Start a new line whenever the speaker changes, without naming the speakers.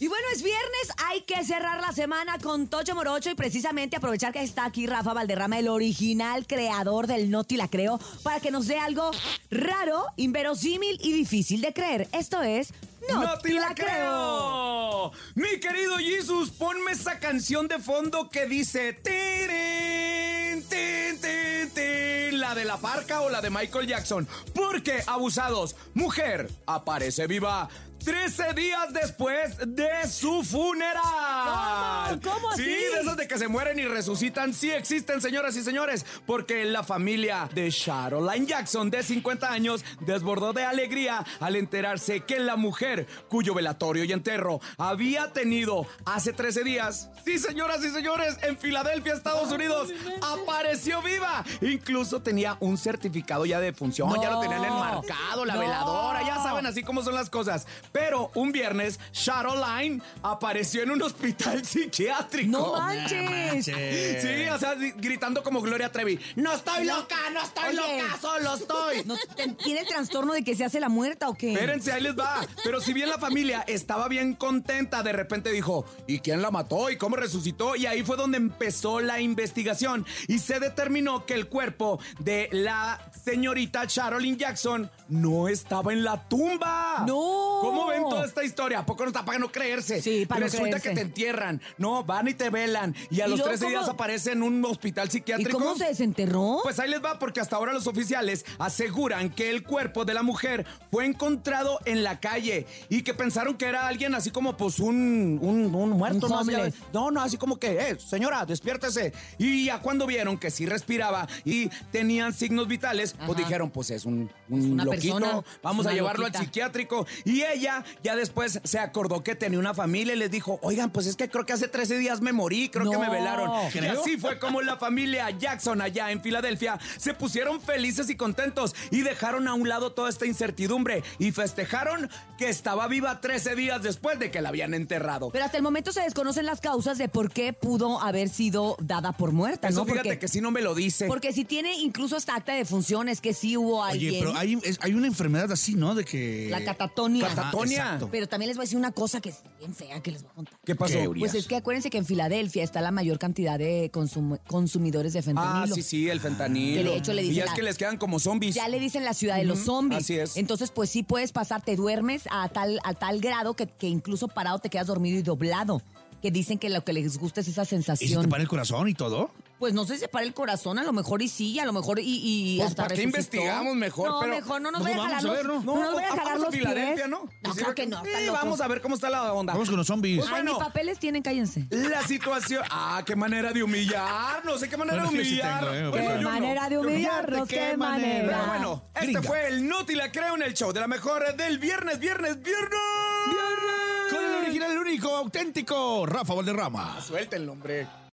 Y bueno, es viernes, hay que cerrar la semana con Tocho Morocho y precisamente aprovechar que está aquí Rafa Valderrama, el original creador del Noti La Creo, para que nos dé algo raro, inverosímil y difícil de creer. Esto es No,
¡No te la creo! Mi querido Jesus, ponme esa canción de fondo que dice... "Tirín, tin, tin, tin", La de la parca o la de Michael Jackson. Porque, abusados, mujer aparece viva 13 días después de su funeral.
¿Cómo? ¿Cómo
Sí,
así?
de esas de que se mueren y resucitan, sí existen, señoras y señores, porque la familia de Sharon Jackson, de 50 años, desbordó de alegría al enterarse que la mujer, cuyo velatorio y enterro había tenido hace 13 días, sí, señoras y señores, en Filadelfia, Estados Unidos, apareció viva. Incluso tenía un certificado ya de función, ya lo tenían
No.
enmarcado, la
No.
veladora, ya saben, así como son las cosas. Pero un viernes, Sharon apareció en un hospital psiquiátrico.
¡No
Oh,
manches! Eh.
Sí, o sea, di- gritando como Gloria Trevi. No estoy loca, no estoy
Oye.
loca, solo estoy.
No, ¿Tiene el trastorno de que se hace la muerta o qué?
Espérense, ahí les va. Pero si bien la familia estaba bien contenta, de repente dijo, ¿y quién la mató? ¿Y cómo resucitó? Y ahí fue donde empezó la investigación. Y se determinó que el cuerpo de la señorita Charolyn Jackson no estaba en la tumba.
¡No!
¿Cómo ven toda esta historia? ¿A poco no está para no creerse?
Sí, para no
Resulta que
creerse.
te entierran. No, van y te velan. Y a
¿Y
los
luego
13 días
cómo?
aparece en un hospital
¿Y
psiquiátrico.
cómo se desenterró?
Pues ahí les va, porque hasta ahora los oficiales aseguran que el cuerpo de la mujer fue encontrado en la calle y que pensaron que era alguien así como, pues, un, un, un muerto.
Un
¿no? Así, eh,
homeless.
no, no, así como que, eh, señora, despiértese. Y ya cuando vieron que sí respiraba y tenían signos vitales, pues
Ajá.
dijeron, pues es un, un
Es una
loquito,
persona, es
vamos a
una
llevarlo
loquita.
al psiquiátrico. Y ella ya después se acordó que tenía una familia y les dijo, oigan, pues es que creo que hace 13 días me morí, creo que me
No.
velaron. Y
Creo.
así Así fue como la familia Jackson allá en Filadelfia se pusieron felices y contentos y dejaron a un lado toda esta incertidumbre y festejaron que estaba viva 13 días después de que la habían enterrado.
Pero hasta el momento se desconocen las causas de por qué pudo haber sido dada por muerta,
Eso
¿no?
fíjate
Porque,
que si no me lo dice.
porque si tiene incluso hasta acta de funciones, que sí hubo alguien.
Oye, pero hay, es- hay una enfermedad así, ¿no? De que.
La catatonia.
Ajá,
Catatonia.
exacto.
Pero también les voy a decir una cosa que es bien fea que les voy a contar.
¿Qué pasó?
¿Qué,
Pues es que acuérdense que en Filadelfia está la mayor cantidad de consum- consumidores de fentanilo.
Ah, sí, sí, el fentanilo.
Que de hecho le
y
dicen
es
a-
que les quedan como zombies.
Ya le dicen la ciudad de los zombies.
así es.
Entonces, pues sí puedes pasar, te duermes a tal, a tal grado que, que incluso parado te quedas dormido y doblado. Que dicen que lo que les gusta es esa
¿Y se te
sensación.
para el corazón y todo?
Pues no sé si para el corazón, a lo mejor y sí, a lo mejor y. y
Pues,
hasta
¿para qué
resucitó.
investigamos mejor?
No,
Pero-
mejor no nos
No,
vaya a
vamos
jalar
a
los,
ver, ¿no?
no nos vaya a
Ah, vamos
jalar los
Filadelfia,
pies.
¿no? Pues
No,
Sí,
claro que no.
sí,
están locos.
vamos a ver cómo está la onda.
Vamos con los zombies.
Pues,
Ay,
bueno.
mis papeles tienen, cállense.
La situación. Ah, qué manera de humillar. No sé qué manera
Bueno,
de
yo sí
humillar.
tengo, ¿eh?
Bueno,
Qué
yo no.
manera de
Yo no.
humillarnos,
Fíjate
qué manera.
Pero bueno, este
Gringa.
fue el Noti La Creo en el show de la mejor del viernes, viernes, viernes. Viernes.
Con el original, el único, auténtico, Rafa Valderrama.
Suelta el nombre.